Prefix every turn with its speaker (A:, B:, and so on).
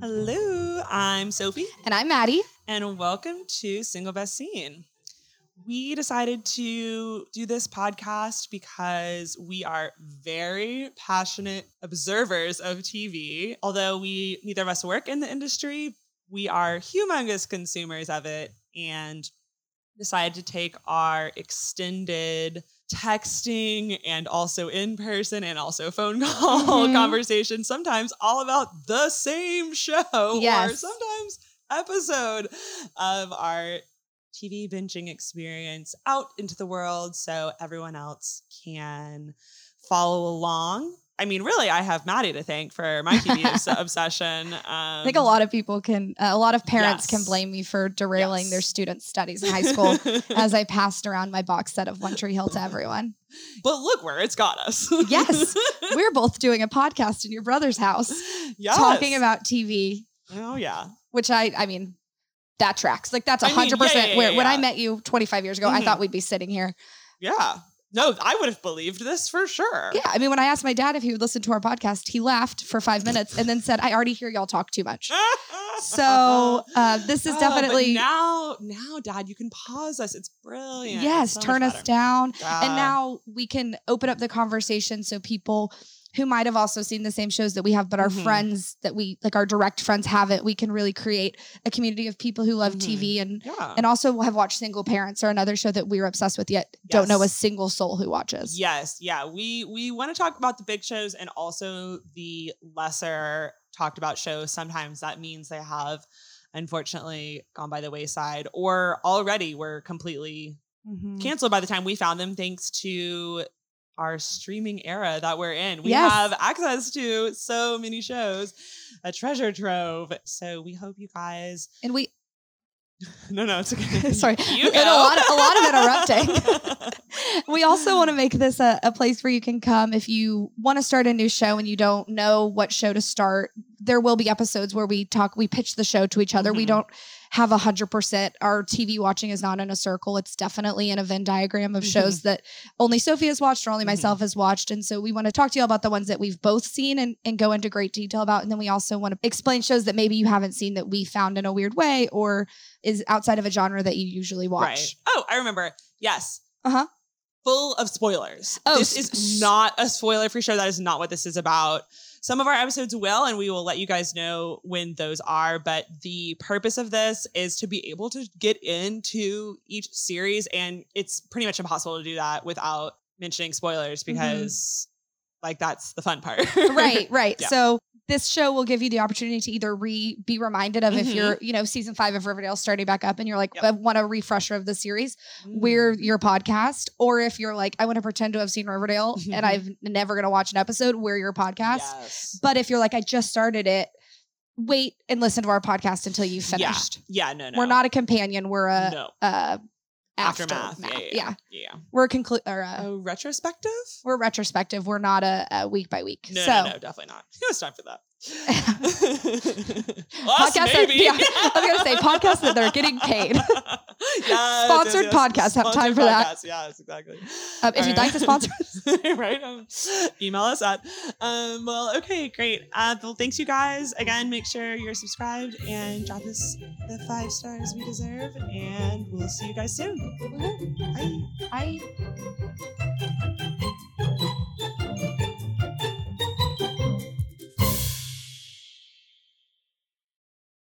A: Hello, I'm Sophie,
B: And I'm Maddie.
A: and welcome to Single Best Scene. We decided to do this podcast because we are very passionate observers of TV. Although we neither of us work in the industry, we are humongous consumers of it and decided to take our extended texting and also in person and also phone call
B: Mhm.
A: conversations, sometimes all about the same show or
B: Yes.
A: sometimes episode of our TV binging experience out into the world so everyone else can follow along. I mean, really, I have Maddie to thank for my TV obs- obsession. Um,
B: I think a lot of people can, uh, a lot of parents can
A: yes.
B: blame me for derailing their
A: Yes.
B: students' studies in high school as I passed around my box set of One Tree Hill to everyone.
A: but look where it's got us.
B: Yes. We're both doing a podcast in your brother's house
A: yes.
B: talking about TV,
A: Oh yeah.
B: which I, I mean, that tracks. Like that's
A: I mean,
B: 100%
A: yeah, yeah,
B: where
A: yeah,
B: when I
A: yeah.
B: met you 25 years ago, I
A: Mhm.
B: thought we'd be sitting here.
A: Yeah. No, I would have believed this for sure.
B: Yeah. I mean, when I asked my dad if he would listen to our podcast, he laughed for five minutes and then said, I already hear y'all talk too much. So uh, this is
A: Oh, but
B: definitely.
A: now now dad you can pause us it's brilliant
B: Yes, turn us down.
A: down
B: and now we can open up the conversation so people who might have also seen the same shows that we have but our
A: Mhm.
B: friends that we like our direct friends haven't we can really create a community of people who love
A: Mhm.
B: tv and
A: yeah
B: and also have watched single parents or another show that we were obsessed with yet don't know a
A: Yes.
B: single soul who watches
A: Yes, yeah. We we want to talk about the big shows and also the lesser talked about shows. Sometimes that means they have unfortunately gone by the wayside or already were completely
B: Mm.
A: canceled by the time we found them thanks to our streaming era that we're in. We
B: Yes.
A: have access to so many shows, a treasure trove. So we hope you guys
B: and we
A: No, no, it's okay.
B: Sorry.
A: You
B: We had a
A: go.
B: lot of- a lot we also want to make this a, a place where you can come if you want to start a new show and you don't know what show to start there will be episodes where we talk we pitch the show to each other we
A: Mhm.
B: don't have a hundred percent our tv watching is not in a circle it's definitely in a venn diagram of shows that only sophie has watched or only
A: Mhm.
B: myself has watched and so we want to talk to you about the ones that we've both seen and, and go into great detail about and then we also want to explain shows that maybe you haven't seen that we found in a weird way or is outside of a genre that you usually watch
A: Right. Oh, I remember. Yes.
B: Uh-huh.
A: Full of spoilers.
B: Oh,
A: this
B: s-
A: is
B: s-
A: not a spoiler free show. That is not what this is about. Some of our episodes will, and we will let you guys know when those are. But the purpose of this is to be able to get into each series, and it's pretty much impossible to do that without mentioning spoilers because, like, that's the fun part.
B: Mm-hmm. right right
A: Yeah.
B: so this show will give you the opportunity to either re be reminded of if
A: Mhm.
B: you're you know season five of riverdale starting back up and you're like
A: Yep. Mm.
B: i want a refresher of the series we're your podcast or if you're like i want to pretend to have seen riverdale
A: Mm-hmm.
B: and i've never going to watch an episode we're your podcast
A: Yes.
B: but if you're like i just started it wait and listen to our podcast until you've finished
A: yeah. No. No.
B: we're not a companion we're a
A: no.
B: uh aftermath,
A: Aftermath. Yeah. Yeah.
B: yeah.
A: yeah.
B: we're conclude or uh,
A: Oh, retrospective.
B: we're retrospective we're not a, a week by week
A: No,
B: so
A: no, no, definitely not. Who has time for that? Us,
B: Podcasts that-
A: maybe.
B: yeah, I was gonna say, podcasts that they're getting paid.
A: Yes, yes,
B: Sponsored
A: yes.
B: podcasts have time
A: Sponsored
B: for that.
A: podcasts, Yes, exactly.
B: Um, if
A: All
B: you'd like to sponsor
A: right? Um, email us at. Um, well, okay, great. Uh, well, thanks, you guys. Again, make sure you're subscribed and drop us the five stars
B: Mm-hmm.
A: we deserve. And we'll see you guys soon. Bye.
B: I